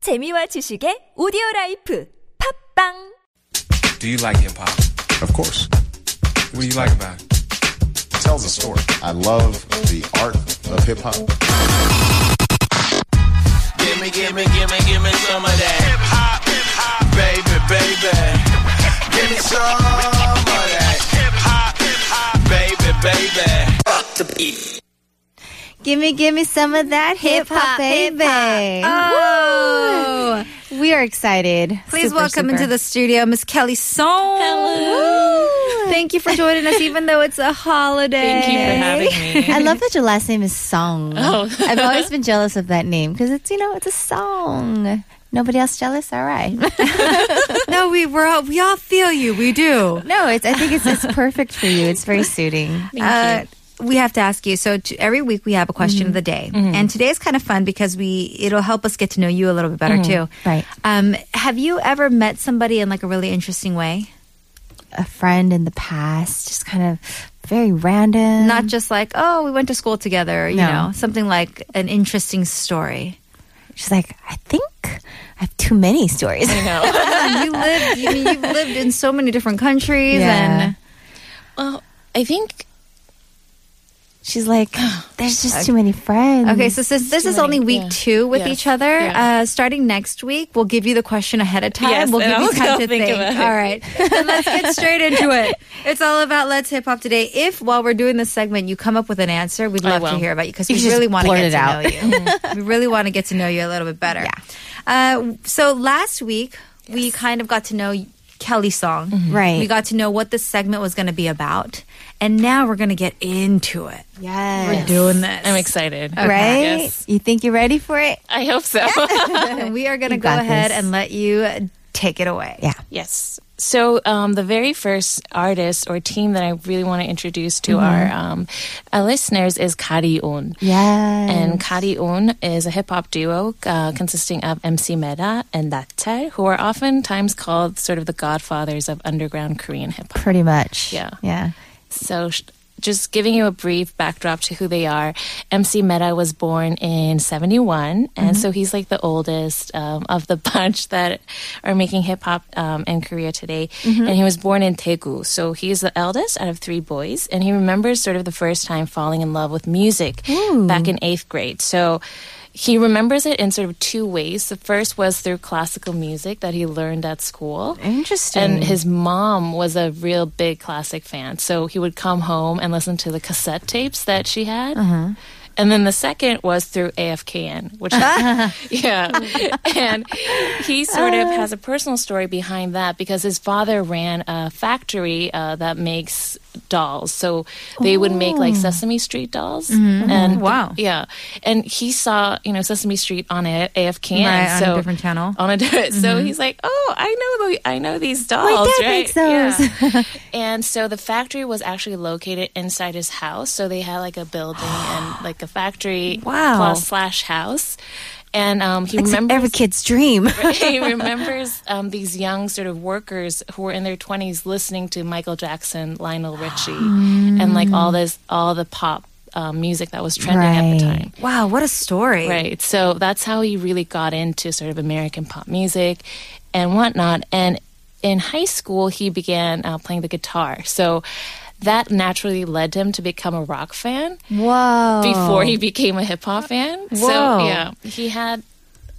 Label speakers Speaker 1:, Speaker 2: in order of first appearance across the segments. Speaker 1: 재미와 지식의 오디오 라이프 팝빵
Speaker 2: Do you like hip hop?
Speaker 3: Of course.
Speaker 2: What do you like about it?
Speaker 3: It tells a story. I love the art of hip hop.
Speaker 4: Gimme, gimme, gimme, gimme some of that. Hip hop, hip hop, baby, baby. Gimme some of that. Hip hop, hip hop, baby, baby. Fuck the beat.
Speaker 5: Gimme, gimme some of that hip hop, baby.
Speaker 6: Oh.
Speaker 5: Woo. We are excited.
Speaker 6: Please
Speaker 5: Super,
Speaker 6: welcome
Speaker 5: super.
Speaker 6: into the studio, Miss Kelly Song.
Speaker 5: Hello.
Speaker 6: Thank you for joining us, even though it's a holiday.
Speaker 7: Thank you for having me.
Speaker 5: I love that your last name is Song. Oh. I've always been jealous of that name because it's you know it's a song. Nobody else jealous? All right.
Speaker 6: No, we were all, we all feel you. We do.
Speaker 5: no, it's. I think it's it's perfect for you. It's very suiting.
Speaker 6: Uh, we have to ask you. So t- every week we have a question
Speaker 5: Mm-hmm.
Speaker 6: of the day, and today is kind of fun because we it'll help us get to know you a little bit better too.
Speaker 5: Mm-hmm. Right.
Speaker 6: Um, have you ever met somebody in like a really interesting way?
Speaker 5: Mm-hmm. A friend in the past, just kind of very random.
Speaker 6: Not just like oh we went to school together, you
Speaker 5: No.
Speaker 6: know, something like an interesting story.
Speaker 5: She's like, I think I have too many stories.
Speaker 6: you lived you mean, you've lived in so many different countries
Speaker 5: Yeah.
Speaker 6: and
Speaker 7: Well, Oh, I think
Speaker 5: She's like, there's just too many friends.
Speaker 7: Mm-hmm.
Speaker 6: Okay, so since this is only week two with
Speaker 7: Yes.
Speaker 6: each other,
Speaker 7: Yeah.
Speaker 6: uh, starting next week, we'll give you the question ahead of time.
Speaker 7: Yes,
Speaker 6: we'll
Speaker 7: and
Speaker 6: give you
Speaker 7: I'll
Speaker 6: time
Speaker 7: go
Speaker 6: to
Speaker 7: think
Speaker 6: think.
Speaker 7: about it.
Speaker 6: All right, then let's get straight into it. It's all about Let's Hip Hop today. If while we're doing this segment, you come up with an answer, we'd love to
Speaker 7: will.
Speaker 6: hear about you because
Speaker 5: You
Speaker 6: we
Speaker 5: should just
Speaker 6: really want to
Speaker 5: blurt
Speaker 6: get
Speaker 5: it
Speaker 6: to
Speaker 5: out.
Speaker 6: know you. we really want to get to know you a little bit better. Uh, so last week, we kind of got to know Kelly Song.
Speaker 7: Mm-hmm.
Speaker 5: Right.
Speaker 6: We got to know what this segment was going to be about. And now we're going to get into it.
Speaker 5: yes.
Speaker 6: We're doing this.
Speaker 7: I'm excited.
Speaker 5: Right?
Speaker 7: Yes.
Speaker 5: You think you're ready for it?
Speaker 7: I hope so.
Speaker 6: and we are going to
Speaker 5: You
Speaker 6: go
Speaker 5: got
Speaker 6: ahead
Speaker 5: this.
Speaker 6: and let you take it away.
Speaker 5: Yeah.
Speaker 7: yes. So, um, the very first artist or team that I really want to introduce to
Speaker 5: Mm-hmm.
Speaker 7: our um, uh, listeners is Kari Un.
Speaker 5: Yes.
Speaker 7: And Kari Un is a hip hop duo uh, consisting of MC Meda and Datte, who are oftentimes called sort of the godfathers of underground Korean hip hop.
Speaker 5: pretty much.
Speaker 7: Yeah.
Speaker 5: Yeah.
Speaker 7: So, sh- just giving you a brief backdrop to who they are. MC Meta was born in 71, and so he's like the oldest um, of the bunch that are making hip hop um, in Korea today. And he was born in Daegu, so he's the eldest out of three boys, and he remembers sort of the first time falling in love with music back in eighth grade. So, he remembers it in sort of two ways. The first was through classical music that he learned at school.
Speaker 5: Interesting.
Speaker 7: And his mom was a real big classic fan. So he would come home and listen to the cassette tapes that she had. And then the second was through AFKN, which, yeah. And he sort of has a personal story behind that because his father ran a factory uh, that makes dolls. So they would make like Sesame Street dolls. And
Speaker 6: Oh. Mm-hmm. Wow.
Speaker 7: Yeah. And he saw, you know, Sesame Street on a- AFKN.
Speaker 6: Right, on a
Speaker 7: so
Speaker 6: different channel. Mm-hmm.
Speaker 7: on a different. So he's like, "Oh, I know, the, I know these dolls,
Speaker 5: dad
Speaker 7: right?"
Speaker 5: makes those.
Speaker 7: Yeah. and so the factory was actually located inside his house. So they had like a building and like a factory
Speaker 5: Wow.
Speaker 7: plus slash house. And um, he
Speaker 5: It's like
Speaker 7: remembers
Speaker 5: every kid's dream.
Speaker 7: he remembers um, these young sort of workers who were in their 20s listening to Michael Jackson, Lionel Richie, and like
Speaker 5: Mm.
Speaker 7: all this, all the pop um, music that was trending at the
Speaker 5: Right.
Speaker 7: time.
Speaker 6: Wow, what a story.
Speaker 7: Right. So that's how he really got into sort of American pop music and whatnot. And in high school, he began uh, playing the guitar. So that naturally led him to become a rock fan
Speaker 5: Whoa.
Speaker 7: before he became a hip hop fan.
Speaker 6: Whoa.
Speaker 7: So yeah, he had.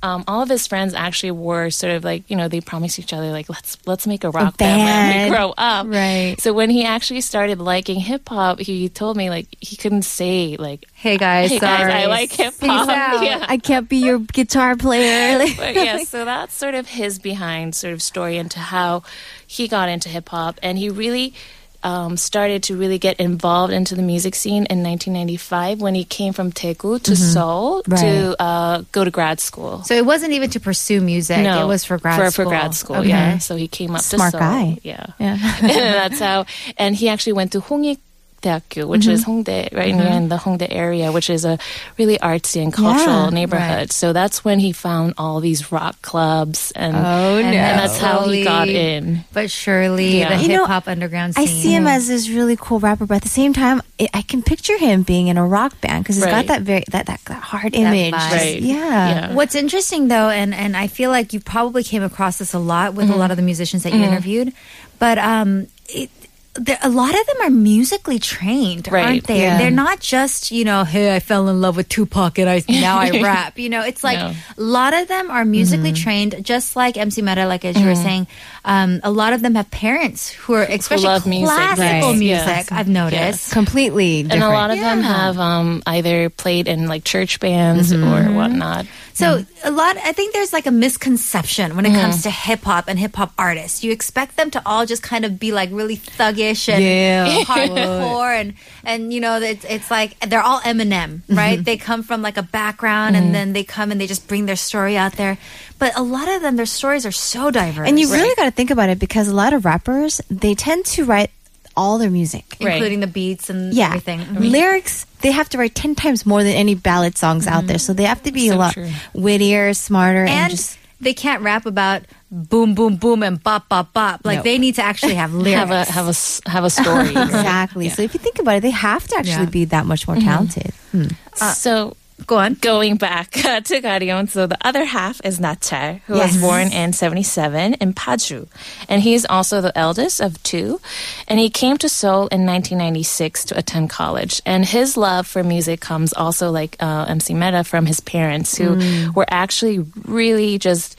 Speaker 7: Um, all of his friends actually were sort of like you know they promised each other like let's let's make a rock band when
Speaker 5: band.
Speaker 7: we grow up.
Speaker 5: Right.
Speaker 7: So when he actually started liking hip hop, he told me like he couldn't say like
Speaker 6: Hey guys,
Speaker 7: hey guys
Speaker 6: sorry.
Speaker 7: I like hip hop.
Speaker 6: out.
Speaker 7: Yeah
Speaker 5: I can't be your guitar player. Like-
Speaker 7: but yeah, so that's sort of his behind sort of story into how he got into hip hop, and he really um, started to really get involved into the music scene in 1995 when he came from Daegu to Seoul to uh, go to grad school.
Speaker 6: Mm-hmm. So it wasn't even to pursue music. it was for grad
Speaker 7: for,
Speaker 6: school.
Speaker 7: For grad school,
Speaker 6: Okay.
Speaker 7: yeah. So he came up
Speaker 5: Smart
Speaker 7: to Seoul.
Speaker 5: guy.
Speaker 7: Yeah. yeah. and that's how, and he actually went to Hongik Hongdaekgu, which
Speaker 5: Mm-hmm.
Speaker 7: is Hongdae, right near in the Hongdae area, which is a really artsy and cultural
Speaker 6: Yeah,
Speaker 7: neighborhood. So that's when he found all these rock clubs, and
Speaker 5: Oh,
Speaker 7: and
Speaker 5: no.
Speaker 7: that's how he got
Speaker 6: Slowly.
Speaker 7: in.
Speaker 6: But surely
Speaker 7: Yeah.
Speaker 6: the
Speaker 5: You know,
Speaker 6: hip hop underground
Speaker 5: I
Speaker 6: scene.
Speaker 5: see him as this really cool rapper, but at the same time, I I can picture him being in a rock band because he's got
Speaker 7: Right.
Speaker 5: that very that that, that hard image.
Speaker 6: vibe.
Speaker 7: Right.
Speaker 5: Yeah.
Speaker 7: Yeah.
Speaker 6: What's interesting though, and, and I feel like you probably came across this a lot with
Speaker 7: Mm-hmm.
Speaker 6: a lot of the musicians that you interviewed, but um, it, there, a lot of them are musically trained,
Speaker 7: Right.
Speaker 6: aren't they?
Speaker 5: Yeah.
Speaker 6: They're not just you know, hey, I fell in love with Tupac and I now I rap. You know, it's like
Speaker 7: No. Mm-hmm.
Speaker 6: a lot of them are musically trained, just like MC Meta, like as you were saying. Um, a lot of them have parents who are especially
Speaker 7: love music.
Speaker 6: classical
Speaker 7: Right.
Speaker 6: music.
Speaker 7: Yes.
Speaker 6: I've noticed.
Speaker 5: Completely different.
Speaker 7: And a lot of them
Speaker 6: Yeah.
Speaker 7: have um, either played in like church bands or
Speaker 5: Mm-hmm.
Speaker 7: whatnot.
Speaker 6: So a lot, I think there's like a misconception when it
Speaker 5: Mm.
Speaker 6: comes to hip hop and hip hop artists. You expect them to all just kind of be like really thuggish and
Speaker 5: Yeah.
Speaker 6: hardcore, and and you know it's it's like they're all Eminem,
Speaker 5: Mm-hmm.
Speaker 6: right? they come from like a background, and then they come and they just bring their story out there. But a lot of them, their stories are so diverse,
Speaker 5: And you really got to think about it because a lot of rappers they tend to write all their music.
Speaker 6: including the beats and
Speaker 5: Yeah,
Speaker 6: everything. Mm-hmm.
Speaker 5: lyrics they have to write ten times more than any ballad songs out there, so they have to
Speaker 7: Mm,
Speaker 5: be a lot wittier, smarter, and,
Speaker 6: and
Speaker 5: just
Speaker 6: they can't rap about boom boom boom and bop bop bop. Like
Speaker 5: Nope.
Speaker 6: they need to actually have lyrics.
Speaker 7: Have a have a s- have a story. right?
Speaker 5: exactly. So if you think about it, they have to actually
Speaker 6: Yeah.
Speaker 5: be that much
Speaker 7: Mm-hmm.
Speaker 5: more talented.
Speaker 7: Uh, so
Speaker 6: Go on.
Speaker 7: going back uh, to Garion, so the other half is Natcher, who
Speaker 5: Yes.
Speaker 7: was born in 77 in Paju. And he is also the eldest of two. And he came to Seoul in 1996 to attend college. And his love for music comes also, like uh, MC Meta, from his parents, who
Speaker 6: Mm.
Speaker 7: were actually really just.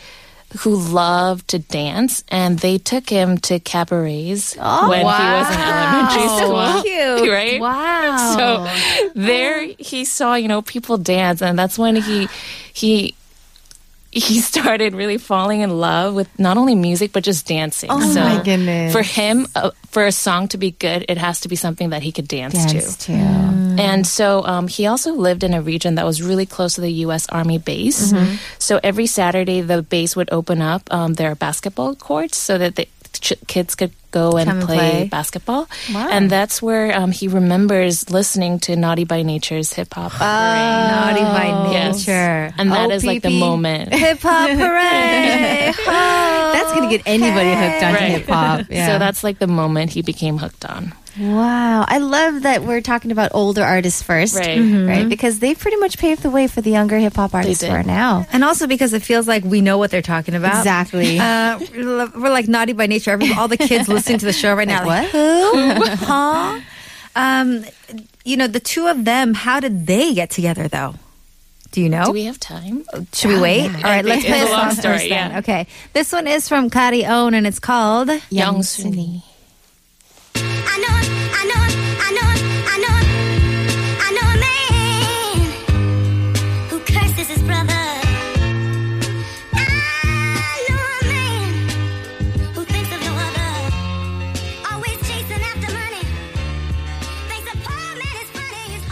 Speaker 7: Who loved to dance, and they took him to cabarets
Speaker 6: Oh,
Speaker 7: when he was in elementary school.
Speaker 6: cute.
Speaker 7: right?
Speaker 6: Wow.
Speaker 7: So there he saw, you know, people dance and that's when he he he started really falling in love with not only music but just dancing. Oh so
Speaker 5: my goodness.
Speaker 7: For him, uh, for a song to be good, it has to be something that he could dance,
Speaker 5: Dance
Speaker 7: to.
Speaker 5: too.
Speaker 7: And so um, he also lived in a region that was really close to the U.S. Army base. So every Saturday, the base would open up um, their basketball courts so that the ch- kids could go and,
Speaker 6: Come and
Speaker 7: play,
Speaker 6: play.
Speaker 7: basketball. And that's where um, he remembers listening to Naughty by Nature's hip hop. Oh,
Speaker 6: Naughty by
Speaker 7: Yes.
Speaker 6: nature.
Speaker 7: And
Speaker 5: Oh,
Speaker 7: that is like the
Speaker 5: OPP.
Speaker 7: moment.
Speaker 6: Hip hop hooray!
Speaker 5: That's gonna get anybody hooked on
Speaker 7: Right.
Speaker 5: hip hop. Yeah.
Speaker 7: So that's like the moment he became hooked on.
Speaker 5: wow. I love that we're talking about older artists first,
Speaker 7: Right. Mhm.
Speaker 5: Right, because they pretty much paved the way for the younger hip hop artists
Speaker 7: did.
Speaker 5: who are now.
Speaker 6: and also because it feels like we know what they're talking about.
Speaker 5: Exactly.
Speaker 6: Uh, we're like naughty by nature. Every- All the kids listening to the show right now.
Speaker 5: Like,
Speaker 6: Who? huh? Um, you know, the two of them, how did they get together though? Do you know?
Speaker 7: Do we have time?
Speaker 6: Should we wait? All right,
Speaker 7: It's
Speaker 6: let's
Speaker 7: a
Speaker 6: play a
Speaker 7: long
Speaker 6: song first
Speaker 7: story,
Speaker 6: then.
Speaker 7: yeah.
Speaker 6: Okay. This one is from Kari Own and it's called
Speaker 7: Young
Speaker 5: Sunny.
Speaker 7: Sunny.
Speaker 8: I know, I know, I know, I know, I know a man who curses his brother. I know a man who thinks of no other, always chasing after money. Thinks a poor man is funny, his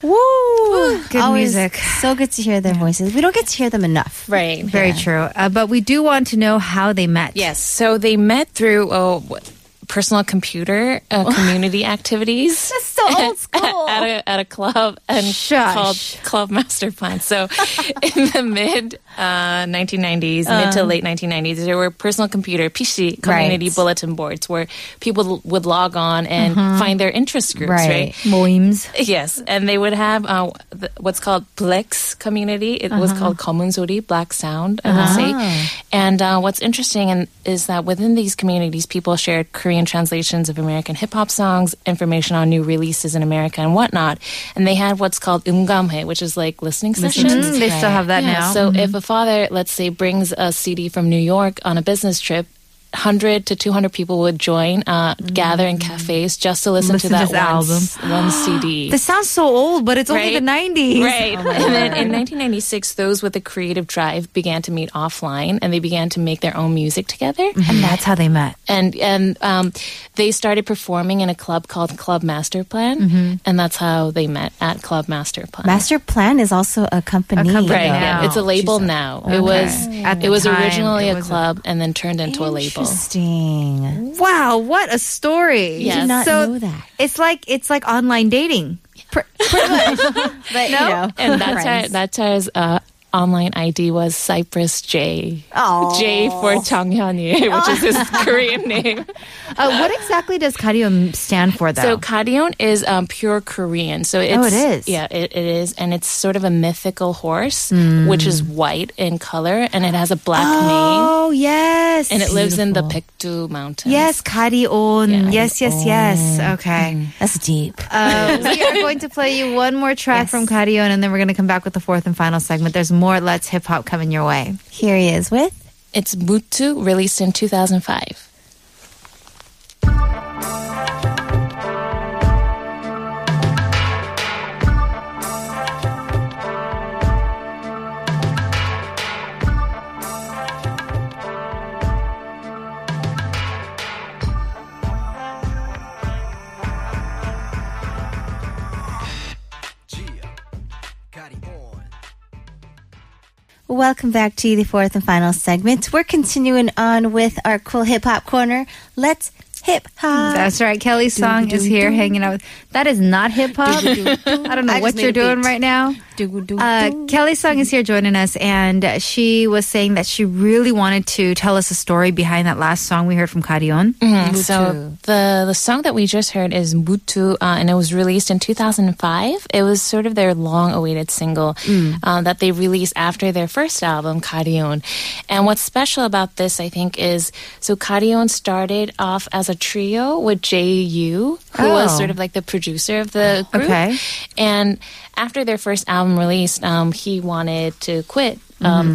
Speaker 8: heart.
Speaker 5: Woo!
Speaker 6: Good
Speaker 5: Always
Speaker 6: music.
Speaker 5: So good to hear their voices. We don't get to hear them enough.
Speaker 7: Right.
Speaker 6: Very True. Uh, but we do want to know how they met.
Speaker 7: Yes. So they met through oh, what- personal computer uh, community activities.
Speaker 6: That's so old school.
Speaker 7: at a at a club and
Speaker 6: Shush.
Speaker 7: called Club Master Plan. So in the mid uh, 1990s, mid
Speaker 6: Uh.
Speaker 7: to late 1990s, there were personal computer PC community
Speaker 5: Right.
Speaker 7: bulletin boards where people would log on and
Speaker 6: Mm-hmm.
Speaker 7: find their interest groups.
Speaker 5: Right.
Speaker 7: right?
Speaker 6: Moims.
Speaker 7: Yes, and they would have uh, th- what's called Plex community. It
Speaker 6: Uh-huh.
Speaker 7: was called Komunsuri, Black Sound, I would say. And uh, what's interesting in, is that within these communities, people shared Korean translations of American hip hop songs, information on new releases in America, and whatnot. And they had what's called umgamhe, which is like listening sessions.
Speaker 6: Mm, they still have that
Speaker 7: Yeah,
Speaker 6: now.
Speaker 7: So if a father, let's say, brings a CD from New York on a business trip, 100 to 200 people would join, uh, gather in cafes just to listen,
Speaker 6: Mm-hmm. Listen
Speaker 7: to
Speaker 6: to
Speaker 7: that
Speaker 6: this album.
Speaker 7: one, one CD.
Speaker 6: This sounds so old, but it's only the 90s.
Speaker 7: Right. and then in 1996, those with a creative drive began to meet offline and they began to make their own music together.
Speaker 6: And that's how they met.
Speaker 7: And and um, they started performing in a club called Club Master Plan.
Speaker 6: Mm-hmm.
Speaker 7: And that's how they met at Club Master Plan.
Speaker 5: Master Plan is also a company.
Speaker 6: company.
Speaker 7: Right,
Speaker 6: Wow.
Speaker 7: yeah. it's a label now. It was
Speaker 6: At the
Speaker 7: it was
Speaker 6: time,
Speaker 7: originally
Speaker 6: it
Speaker 7: a
Speaker 6: was a-
Speaker 7: club and then turned into a label.
Speaker 5: Interesting.
Speaker 6: Wow, what a story!
Speaker 7: Yes.
Speaker 5: Did not
Speaker 6: so
Speaker 5: know that.
Speaker 6: it's like it's like online dating.
Speaker 5: But you know,
Speaker 7: And that's our,
Speaker 5: friends.
Speaker 7: that's our uh, online ID was Cypress J.
Speaker 5: Aw.
Speaker 7: J for Chang Hyun-yi, which is his Korean name.
Speaker 6: Uh, what exactly does Karium stand for, though?
Speaker 7: So Kadeon is um, pure Korean. So it's,
Speaker 6: Oh, it is.
Speaker 7: Yeah, it, it is, and it's sort of a mythical horse, which is white in color, and it has a black mane,
Speaker 6: Hmm. oh yes,
Speaker 7: and it lives in the Paektu Mountains.
Speaker 6: Yes, Karion. Yes, yes, yes. Okay.
Speaker 5: Mm-hmm. That's deep.
Speaker 6: Uh, we are going to play you one more track from Karion, and then we're going to come back with the fourth and final segment. There's more Let's Hip Hop coming your way.
Speaker 5: Here he is with
Speaker 7: it's Mutu, released in 2005.
Speaker 5: Welcome back to the fourth and final segment. We're continuing on with our cool hip hop corner. Let's hip hop.
Speaker 6: That's right. Kelly's song is here hanging out with. That is not hip hop. I don't know
Speaker 5: I
Speaker 6: what
Speaker 5: just
Speaker 6: you're
Speaker 5: made a
Speaker 6: doing
Speaker 5: beat.
Speaker 6: right now. Uh, Kelly's song is here joining us, and uh, she was saying that she really wanted to tell us a story behind that last song we heard from Karion.
Speaker 5: Mm-hmm.
Speaker 7: So the the song that we just heard is Mutu, uh, and it was released in 2005. It was sort of their long-awaited single
Speaker 6: Mm.
Speaker 7: uh, that they released after their first album, Karion. And what's special about this, I think, is so Karion started off as a trio with J.U., who was
Speaker 6: Oh.
Speaker 7: sort of like the producer of the group.
Speaker 6: Okay.
Speaker 7: And after their first album released, um, he wanted to quit um,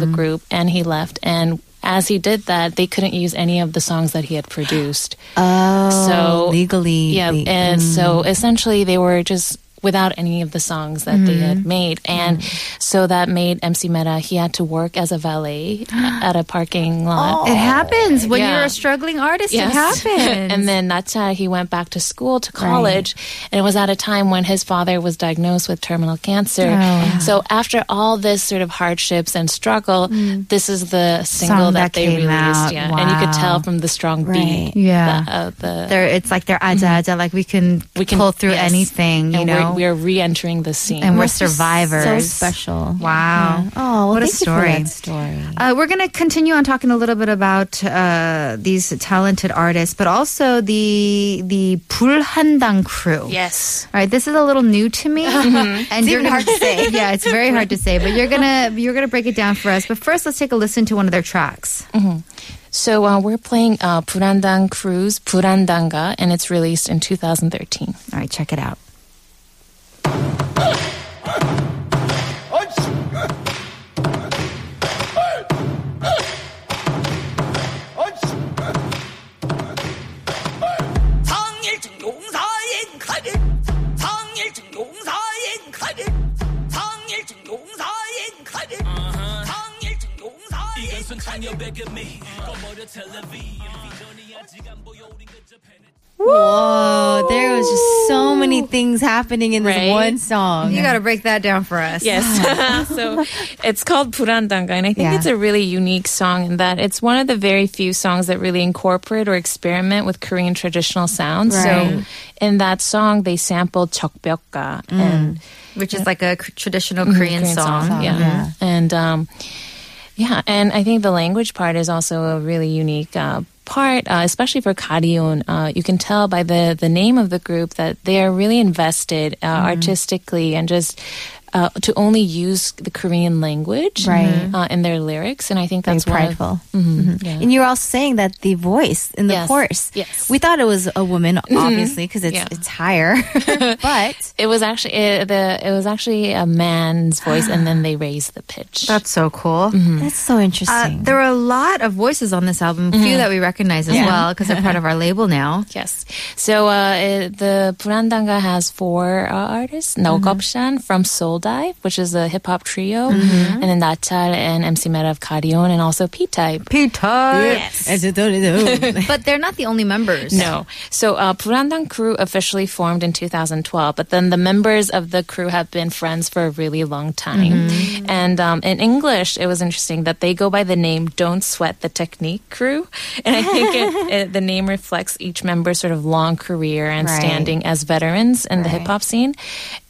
Speaker 6: Mm-hmm.
Speaker 7: the group, and he left. And as he did that, they couldn't use any of the songs that he had produced.
Speaker 5: Oh,
Speaker 7: So-
Speaker 5: legally.
Speaker 7: Yeah,
Speaker 5: the-
Speaker 7: and so
Speaker 6: Mm.
Speaker 7: essentially they were just without any of the songs that they had
Speaker 6: Mm-hmm.
Speaker 7: made, and so that made MC Meta he had to work as a valet at a parking lot.
Speaker 6: It happens when
Speaker 7: Yeah.
Speaker 6: you're a struggling artist. Oh, It
Speaker 7: Yes.
Speaker 6: happens.
Speaker 7: and then Natcha, he went back to school to college, and it was at a time when his father was diagnosed with terminal cancer.
Speaker 6: Oh,
Speaker 7: So after all this sort of hardships and struggle, this is the single
Speaker 6: Mm. Song that
Speaker 7: that, they
Speaker 6: came out.
Speaker 7: released. Yeah, and you could
Speaker 6: Wow.
Speaker 7: tell from the strong
Speaker 5: Right.
Speaker 7: beat.
Speaker 6: Yeah.
Speaker 7: that, uh, the
Speaker 6: They're, it's like they're aja aja, like we can,
Speaker 7: we can
Speaker 6: pull through
Speaker 7: yes.
Speaker 6: anything, you
Speaker 7: and
Speaker 6: know?
Speaker 7: we're, we're re-entering the scene.
Speaker 6: and we're
Speaker 5: Must be So
Speaker 6: survivors.
Speaker 5: special.
Speaker 6: Wow.
Speaker 5: Oh, well,
Speaker 6: What a
Speaker 5: thank
Speaker 6: story.
Speaker 5: You for that story.
Speaker 6: Uh, we're going to continue on talking a little bit about uh, these talented artists, but also the the Pulhandang crew.
Speaker 7: yes. Mm-hmm.
Speaker 6: All right, this is a little new to me, and
Speaker 5: even
Speaker 6: you're gonna,
Speaker 5: hard to say.
Speaker 6: Yeah, it's very hard to say, but you're gonna you're gonna break it down for us. But first, let's take a listen to one of their tracks.
Speaker 7: So uh, we're playing uh, Purandang Cruise, Purandanga, and it's released in 2013.
Speaker 6: All right, check it out.
Speaker 4: Uh-huh.
Speaker 5: Whoa, there was just so many things happening in this
Speaker 7: Right?
Speaker 5: one song.
Speaker 6: You got to break that down for us.
Speaker 7: Yes. so it's called Purandanga, and I think
Speaker 5: Yeah.
Speaker 7: it's a really unique song in that it's one of the very few songs that really incorporate or experiment with Korean traditional sounds.
Speaker 5: Right.
Speaker 7: So in that song, they sampled Chokbyokka and
Speaker 6: which is like a c- traditional
Speaker 5: Mm-hmm.
Speaker 6: Korean, song.
Speaker 7: Yeah.
Speaker 5: yeah.
Speaker 7: And um, yeah, and I think the language part is also a really unique uh, part, uh, especially for Karion. Uh, you can tell by the, the name of the group that they are really invested uh,
Speaker 5: Mm-hmm.
Speaker 7: artistically and just. Uh, to only use the Korean language
Speaker 5: Right.
Speaker 7: uh, in their lyrics, and I think
Speaker 5: Very
Speaker 7: that's one of- Mm-hmm.
Speaker 5: prideful. Mhm. And you were also saying that the voice in the
Speaker 7: Yes,
Speaker 5: chorus.
Speaker 7: yes. Mm-hmm.
Speaker 5: We thought it was a woman, obviously, because it's,
Speaker 7: Yeah.
Speaker 5: it's higher. but
Speaker 7: it was actually it, the it was actually a man's voice, and then they raised the pitch.
Speaker 6: That's so cool.
Speaker 7: Mm.
Speaker 5: that's so
Speaker 6: Uh,
Speaker 5: interesting.
Speaker 6: there were a lot of voices on this album, a few that we recognize as well because they're part of our label now.
Speaker 7: Yes. eh, So uh, uh, the Purandanga has four uh, artists. Naokopshan from Seoul, Soul Dive, which is a hip hop trio, and then Natal and MC Meta of Cardion, and also P Type.
Speaker 6: But they're not the only members.
Speaker 7: No. So uh, Purandang crew officially formed in 2012, but then the members of the crew have been friends for a really long time. And um, in English, it was interesting that they go by the name Don't Sweat the Technique Crew. And I think it, it, the name reflects each member's sort of long career and
Speaker 5: Right.
Speaker 7: standing as veterans in the hip hop scene.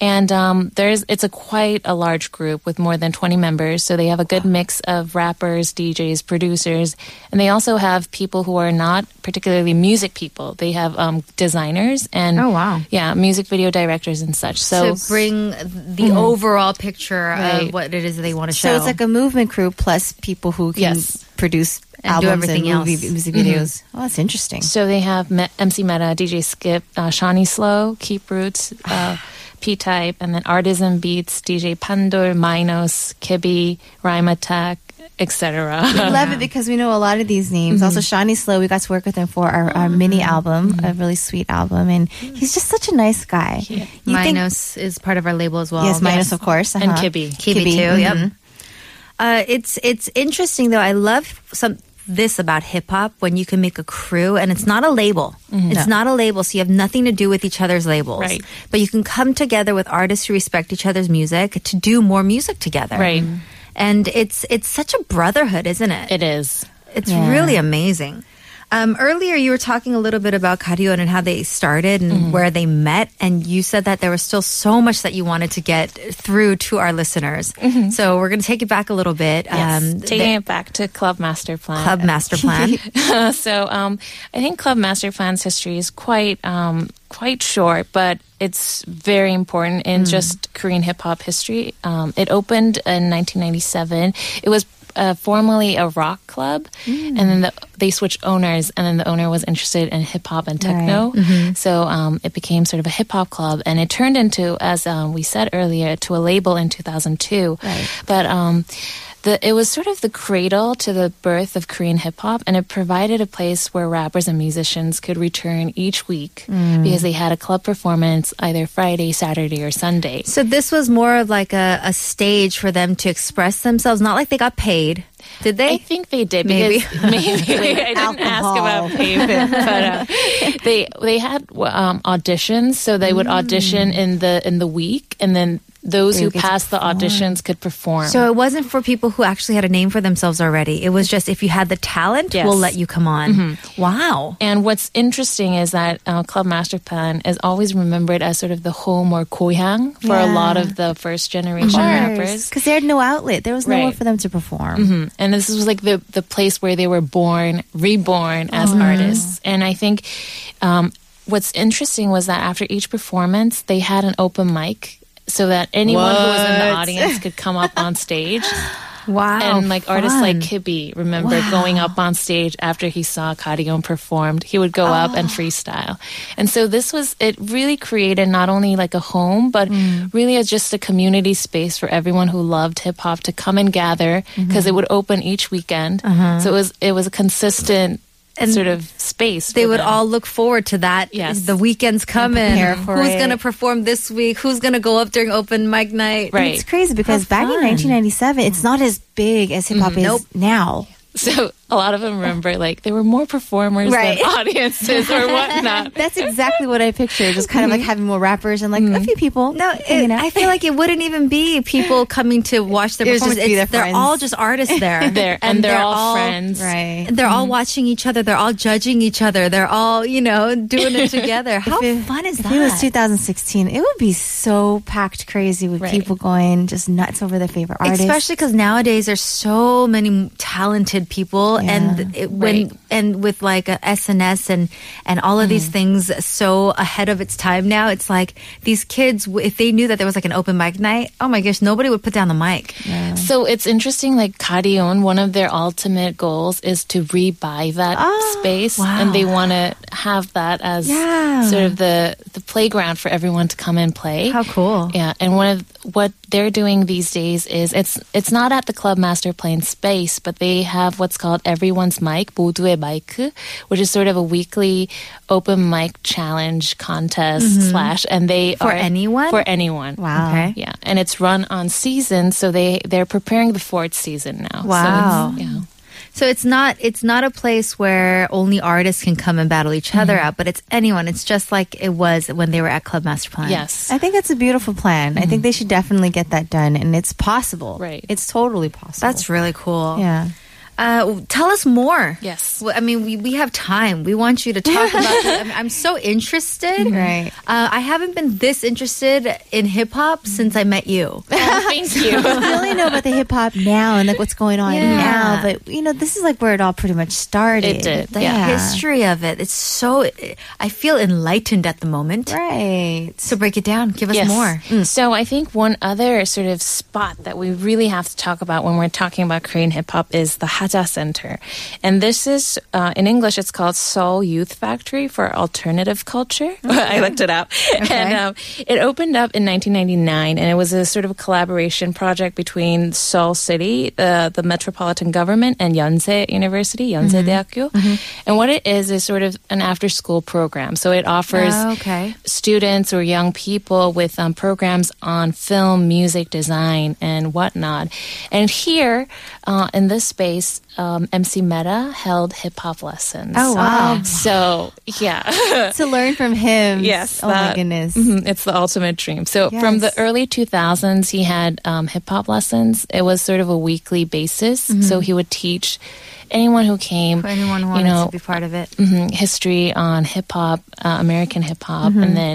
Speaker 7: And um, there's it's a quite a large group with more than 20 members. So they have a good mix of rappers, DJs, producers, and they also have people who are not particularly music people. They have um, designers and
Speaker 6: Oh, wow.
Speaker 7: yeah, music video directors and such. So.
Speaker 6: To bring the overall picture of
Speaker 7: Right.
Speaker 6: what it is that they want to show.
Speaker 5: So it's like a movement crew plus people who can
Speaker 7: Yes.
Speaker 5: produce
Speaker 6: And do
Speaker 5: albums
Speaker 6: everything
Speaker 5: and movie,
Speaker 6: else.
Speaker 5: music videos. Oh, that's interesting.
Speaker 7: Mm-hmm. so they have Me- MC Meta, DJ Skip, uh, Shawnee Slow, Keep Roots, uh, P Type, and then Artisan Beats, DJ Pandur, Minos, Kibby, Rhyme Attack, etc.
Speaker 5: I love it because we know a lot of these names.
Speaker 7: Mm-hmm.
Speaker 5: Also, Shawnee Slow, we got to work with him for our, our mini album, a
Speaker 7: Mm-hmm.
Speaker 5: really sweet album, and he's just such a nice guy. You
Speaker 6: Minos is part of our label as well.
Speaker 5: think, yes, Minus, of course,
Speaker 7: And
Speaker 5: uh-huh.
Speaker 7: Kibby.
Speaker 6: Kibi,
Speaker 5: Kibi,
Speaker 6: too.
Speaker 5: mhm.
Speaker 7: mm-hmm.
Speaker 6: Yep. Uh, it's it's interesting though. I love some this about hip hop when you can make a crew and it's not a label. It's not a label, so you have nothing to do with each other's labels.
Speaker 7: Mm-hmm. Right.
Speaker 6: But you can come together with artists who respect each other's music to do more music together.
Speaker 7: Right.
Speaker 6: And it's it's such a brotherhood, isn't it?
Speaker 7: It is.
Speaker 6: It's really amazing. Um, earlier, you were talking a little bit about Carrion and how they started and
Speaker 7: Mm-hmm.
Speaker 6: where they met, and you said that there was still so much that you wanted to get through to our listeners. So we're going to take it back a little bit.
Speaker 7: Um, taking
Speaker 6: the
Speaker 7: Mm-hmm. it back to Club Master Plan.
Speaker 6: Club Master Plan.
Speaker 7: so um, I think Club Master Plan's history is quite um, quite short, but it's very important in just Korean hip hop history. Um, it opened in 1997. It was uh, formerly a rock club, and then the, they switched owners, and then the owner was interested in hip hop and techno. So um, it became sort of a hip hop club, and it turned into, as um, we said earlier, to a label in 2002. But um, the, it was sort of the cradle to the birth of Korean hip hop, and it provided a place where rappers and musicians could return each week because they had a club performance either Friday, Saturday, or Sunday.
Speaker 6: so this was more of like a, a stage for them to express themselves. Not like they got paid, did they?
Speaker 7: I think they did
Speaker 6: Maybe.
Speaker 7: because maybe, I didn't ask about payment, but uh, they they had um, auditions, so they would audition in the in the week, and then those who passed the auditions could perform.
Speaker 6: so it wasn't for people who actually had a name for themselves already. It was just if you had the talent,
Speaker 7: Yes. Mm-hmm.
Speaker 6: we'll let you come on. Wow.
Speaker 7: And what's interesting is that uh, Club Master Plan is always remembered as sort of the home or koyang for a lot of the first generation rappers.
Speaker 5: because they had no outlet. There was nowhere
Speaker 7: Right. Mm-hmm.
Speaker 5: for them to perform.
Speaker 7: And this was like the, the place where they were born, reborn as artists. And I think um, what's interesting was that after each performance, they had an open mic so that anyone who was in the audience could come up on stage.
Speaker 5: Oh,
Speaker 6: Wow.
Speaker 7: and like artists like Kibby remember going up on stage after he saw Cardion performed. He would go up and freestyle. And so this was it really created not only like a home, but really a, just a community space for everyone who loved hip hop to come and gather because it would open each weekend. So it was it was a consistent sort of space.
Speaker 6: they
Speaker 7: for
Speaker 6: would
Speaker 7: them.
Speaker 6: all look forward to that.
Speaker 7: Yes.
Speaker 6: The weekend's coming.
Speaker 5: prepare for
Speaker 6: Who's
Speaker 5: it.
Speaker 6: going to perform this week? Who's going to go up during open mic night?
Speaker 7: Right.
Speaker 5: It's crazy because back in 1997, it's not as big as hip hop
Speaker 7: Mm-hmm.
Speaker 5: is now.
Speaker 7: so a lot of them remember like there were more performers
Speaker 5: Right.
Speaker 7: than audiences or whatnot.
Speaker 5: That's exactly what I pictured. Just kind of
Speaker 7: Mm-hmm.
Speaker 5: like having more rappers and like a few people.
Speaker 6: No, it,
Speaker 5: hanging out.
Speaker 6: I feel like it wouldn't even be people coming to watch their
Speaker 5: It would just
Speaker 6: performance.
Speaker 5: be
Speaker 6: It's-
Speaker 5: their
Speaker 6: they're all
Speaker 5: friends.
Speaker 6: just artists there.
Speaker 7: There and, they're, all friends.
Speaker 5: right.
Speaker 6: They're all watching each other. They're all judging each other. They're all, you know, doing it together. How
Speaker 5: it-
Speaker 6: fun is
Speaker 5: If
Speaker 6: that?
Speaker 5: it was 2016, it would be so packed crazy with
Speaker 7: Right.
Speaker 5: people going just nuts over their favorite artists.
Speaker 6: Especially because nowadays there's so many talented people, and it, when
Speaker 7: Right.
Speaker 6: and with like a SNS and and all of these things so ahead of its time now, it's like these kids, w- if they knew that there was like an open mic night, oh my gosh, nobody would put down the mic.
Speaker 7: So it's interesting, like Cardion, one of their ultimate goals is to rebuy that space.
Speaker 6: Ah, wow.
Speaker 7: And they want to have that as
Speaker 5: Yeah.
Speaker 7: sort of the, the playground for everyone to come and play.
Speaker 6: How cool.
Speaker 7: Yeah. And one of what they're doing these days is it's it's not at the Club Master Plan space, but they have what's called Everyone's Mic, 모두의 마이크, which is sort of a weekly open mic challenge contest slash, and they
Speaker 6: Mm-hmm. For
Speaker 7: are
Speaker 6: anyone?
Speaker 7: for anyone.
Speaker 5: Wow.
Speaker 6: Okay.
Speaker 7: Yeah, and it's run on season, so they they're preparing the fourth season now.
Speaker 6: Wow.
Speaker 7: So it's, yeah.
Speaker 6: So it's not it's not a place where only artists can come and battle each other out, but it's anyone. It's just like it was when they were at Club Master Plan.
Speaker 7: Yes.
Speaker 5: I think that's a beautiful plan. I think they should definitely get that done, and it's possible.
Speaker 7: Mm-hmm. Right.
Speaker 5: It's totally possible.
Speaker 6: That's really cool.
Speaker 5: yeah.
Speaker 6: Uh, w- tell us more.
Speaker 7: Yes.
Speaker 6: Well, I mean, we, we have time. We want you to talk about it. I'm, I'm so interested.
Speaker 5: Right.
Speaker 6: Uh, I haven't been this interested in hip hop since I met you.
Speaker 7: Oh, thank you.
Speaker 5: we only know about the hip hop now and like what's going on
Speaker 6: Yeah.
Speaker 5: now, but you know, this is like where it all pretty much started.
Speaker 7: It did,
Speaker 5: Yeah.
Speaker 7: yeah.
Speaker 6: History of it. It's so, I feel enlightened at the moment.
Speaker 5: Right.
Speaker 6: So break it down. Give us more. Mm.
Speaker 7: So I think one other sort of spot that we really have to talk about when we're talking about Korean hip hop is the Haja Center, and this is uh, in English it's called Seoul Youth Factory for Alternative Culture. I looked it up, and um, it opened up in 1999, and it was a sort of collaboration project between Seoul City, uh, the metropolitan government, and Yonsei University, Yonsei
Speaker 6: Mm-hmm.
Speaker 7: Daekyo. And what it is is sort of an after-school program. So it offers
Speaker 6: Oh, okay.
Speaker 7: students or young people with um, programs on film, music, design, and whatnot. And here uh, in this space, um, MC Meta held hip hop lessons.
Speaker 5: Oh, wow.
Speaker 7: So yeah.
Speaker 5: to learn from him.
Speaker 7: Yes,
Speaker 5: Oh my
Speaker 7: that-
Speaker 5: goodness.
Speaker 7: Mhm, It's the ultimate dream. So, from the
Speaker 5: Yes.
Speaker 7: early 2000s, he had um, hip hop lessons. It was sort of a weekly basis.
Speaker 5: Mm-hmm.
Speaker 7: So, he would teach anyone who came,
Speaker 6: For anyone who
Speaker 7: you
Speaker 6: wants
Speaker 7: know,
Speaker 6: to be part of it.
Speaker 7: mhm, history on hip hop, uh, American hip hop,
Speaker 6: Mm-hmm.
Speaker 7: and then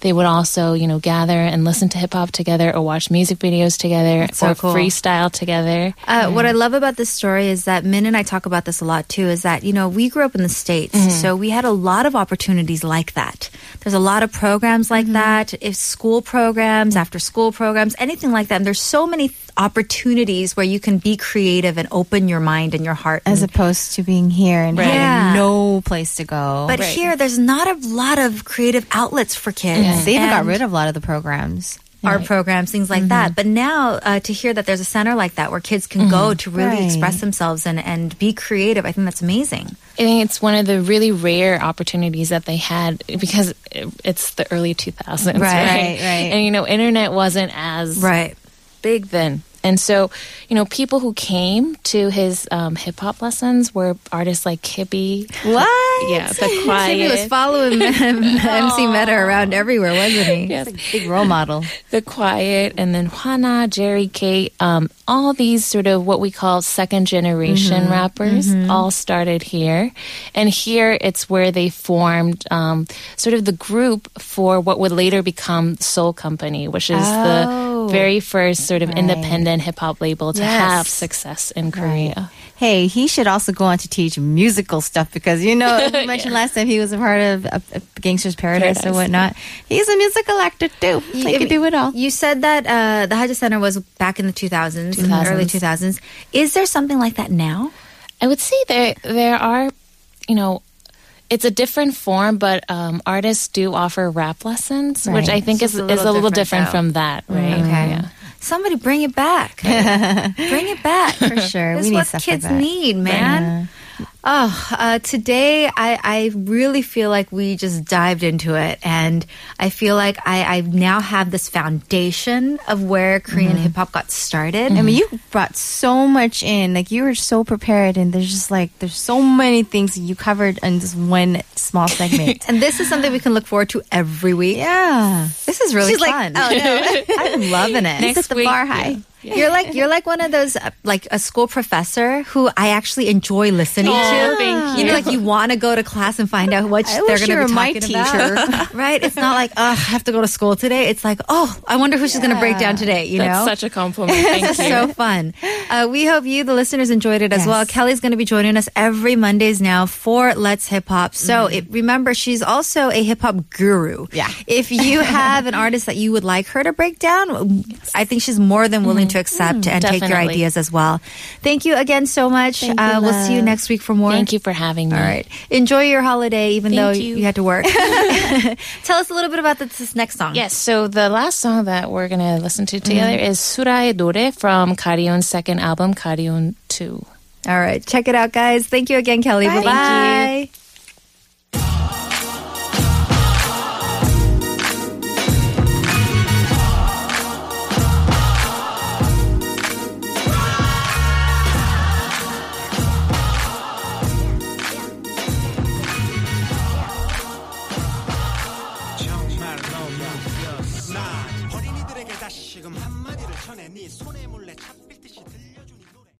Speaker 7: they would also, you know, gather and listen to hip hop together or watch music videos together
Speaker 6: so
Speaker 7: or
Speaker 6: cool.
Speaker 7: freestyle together.
Speaker 6: Uh, What I
Speaker 5: Mm.
Speaker 6: love about this story is that Min and I talk about this a lot too. Is that you know we grew up in the states,
Speaker 5: Mm-hmm.
Speaker 6: so we had a lot of opportunities like that. There's a lot of programs like
Speaker 5: Mm-hmm.
Speaker 6: that, if school programs, after school programs, anything like that. And there's so many th- opportunities where you can be creative and open your mind and your heart. Mm-hmm.
Speaker 5: As
Speaker 6: and-
Speaker 5: opposed to being here and
Speaker 6: Right.
Speaker 5: having
Speaker 6: Yeah.
Speaker 5: no place to go.
Speaker 6: but here, there's not a lot of creative outlets for kids.
Speaker 5: they even got
Speaker 6: And-
Speaker 5: rid of Mm-hmm. a lot of the programs.
Speaker 6: art programs, things like that. But now uh, to hear that there's a center like that where kids can go to
Speaker 5: Mm-hmm.
Speaker 6: really
Speaker 5: Right.
Speaker 6: express themselves and, and be creative, I think that's amazing.
Speaker 7: I think it's one of the really rare opportunities that they had because it- it's the early 2000s,
Speaker 6: Right,
Speaker 7: right?
Speaker 5: right, right.
Speaker 7: And, you know, internet wasn't as
Speaker 6: Right.
Speaker 7: big then. And so, you know, people who came to his um, hip hop lessons were artists like Kibby.
Speaker 5: What?
Speaker 7: Yeah, the
Speaker 6: Timmy was
Speaker 7: Quiet.
Speaker 6: following MC Meta around everywhere, wasn't he?
Speaker 7: Yes.
Speaker 5: Big role model.
Speaker 7: The Quiet, and then Juana, Jerry Kate, um, all these sort of what we call second generation
Speaker 6: Mm-hmm.
Speaker 7: rappers all started here. And here it's where they formed um, sort of the group for what would later become Soul Company, which is
Speaker 6: Oh.
Speaker 7: the very first sort of independent hip hop label to
Speaker 6: Yes.
Speaker 7: have success in Korea.
Speaker 5: Hey, he should also go on to teach musical stuff because you know you mentioned last time he was a part of uh, uh, Gangster's Paradise, or
Speaker 7: Paradise.
Speaker 5: whatnot. He's a musical actor too. He
Speaker 6: I
Speaker 5: could
Speaker 6: mean,
Speaker 5: do it all.
Speaker 6: You said that uh, the Haja Center was back in the 2000s, in the early 2000s. Is there something like that now?
Speaker 7: I would say there there are, you know, it's a different form, but um, artists do offer rap lessons, which I
Speaker 5: Right.
Speaker 7: think
Speaker 6: So it's
Speaker 7: is,
Speaker 6: a
Speaker 7: is
Speaker 6: little
Speaker 7: a little
Speaker 6: different,
Speaker 7: different,
Speaker 6: though. Mm-hmm.
Speaker 7: from that, right?
Speaker 6: Okay.
Speaker 7: Yeah.
Speaker 6: Mm, Somebody bring it back. bring it back.
Speaker 5: For sure. We
Speaker 6: This is
Speaker 5: need
Speaker 6: what
Speaker 5: stuff like
Speaker 6: kids
Speaker 5: that.
Speaker 6: need, man. Oh, uh, today I, I really feel like we just dived into it, and I feel like I, I now have this foundation of where Korean
Speaker 5: Mm-hmm.
Speaker 6: hip hop got started.
Speaker 5: I mean, you brought so much in. Like you were so prepared, and there's just like there's so many things that you covered in this one small segment.
Speaker 6: and this is something we can look forward to every week.
Speaker 5: yeah,
Speaker 6: This is really
Speaker 5: She's like,
Speaker 6: fun.
Speaker 5: "Oh,
Speaker 6: I'm loving it.
Speaker 7: Next
Speaker 5: it's at the
Speaker 7: week,
Speaker 5: bar high.
Speaker 6: You're like you're like one of those uh, like a school professor who I actually enjoy listening to.
Speaker 7: thank
Speaker 6: you know, like you want to go to class and find out what
Speaker 5: I
Speaker 6: they're
Speaker 5: wish you
Speaker 6: going to be
Speaker 5: were my
Speaker 6: talking about. right? It's not like oh, I have to go to school today. It's like oh, I wonder who she's going to break down today. You
Speaker 7: That's
Speaker 6: know.
Speaker 7: such a compliment. Thank you.
Speaker 6: This is so fun. Uh, we hope you, the listeners, enjoyed it as
Speaker 5: Yes.
Speaker 6: well. Kelly's going to be joining us every Mondays now for Let's Hip Hop. So
Speaker 7: Mm-hmm.
Speaker 6: it, remember, she's also a hip hop guru.
Speaker 5: Yeah.
Speaker 6: If you have an artist that you would like her to break down, I think she's more than willing to accept and take your
Speaker 7: Mm-hmm. Mm, Definitely.
Speaker 6: ideas as well. Thank you again so much. uh, we'll see you next week for more.
Speaker 7: Thank you for having me.
Speaker 6: All right. Enjoy your holiday, even
Speaker 7: Thank
Speaker 6: though you.
Speaker 7: you.
Speaker 6: had to work. Tell us a little bit about this, this next song.
Speaker 7: Yes, so the last song that we're going
Speaker 6: Mm-hmm.
Speaker 7: e to listen to together is Surae Dore from Karion's second album, Karion 2.
Speaker 6: All right. Check it out, guys. Thank you again, Kelly. Bye
Speaker 5: Bye.
Speaker 6: bye.
Speaker 4: 나 어린이들에게 다시금 한마디를 전해 네 손에 몰래 찹비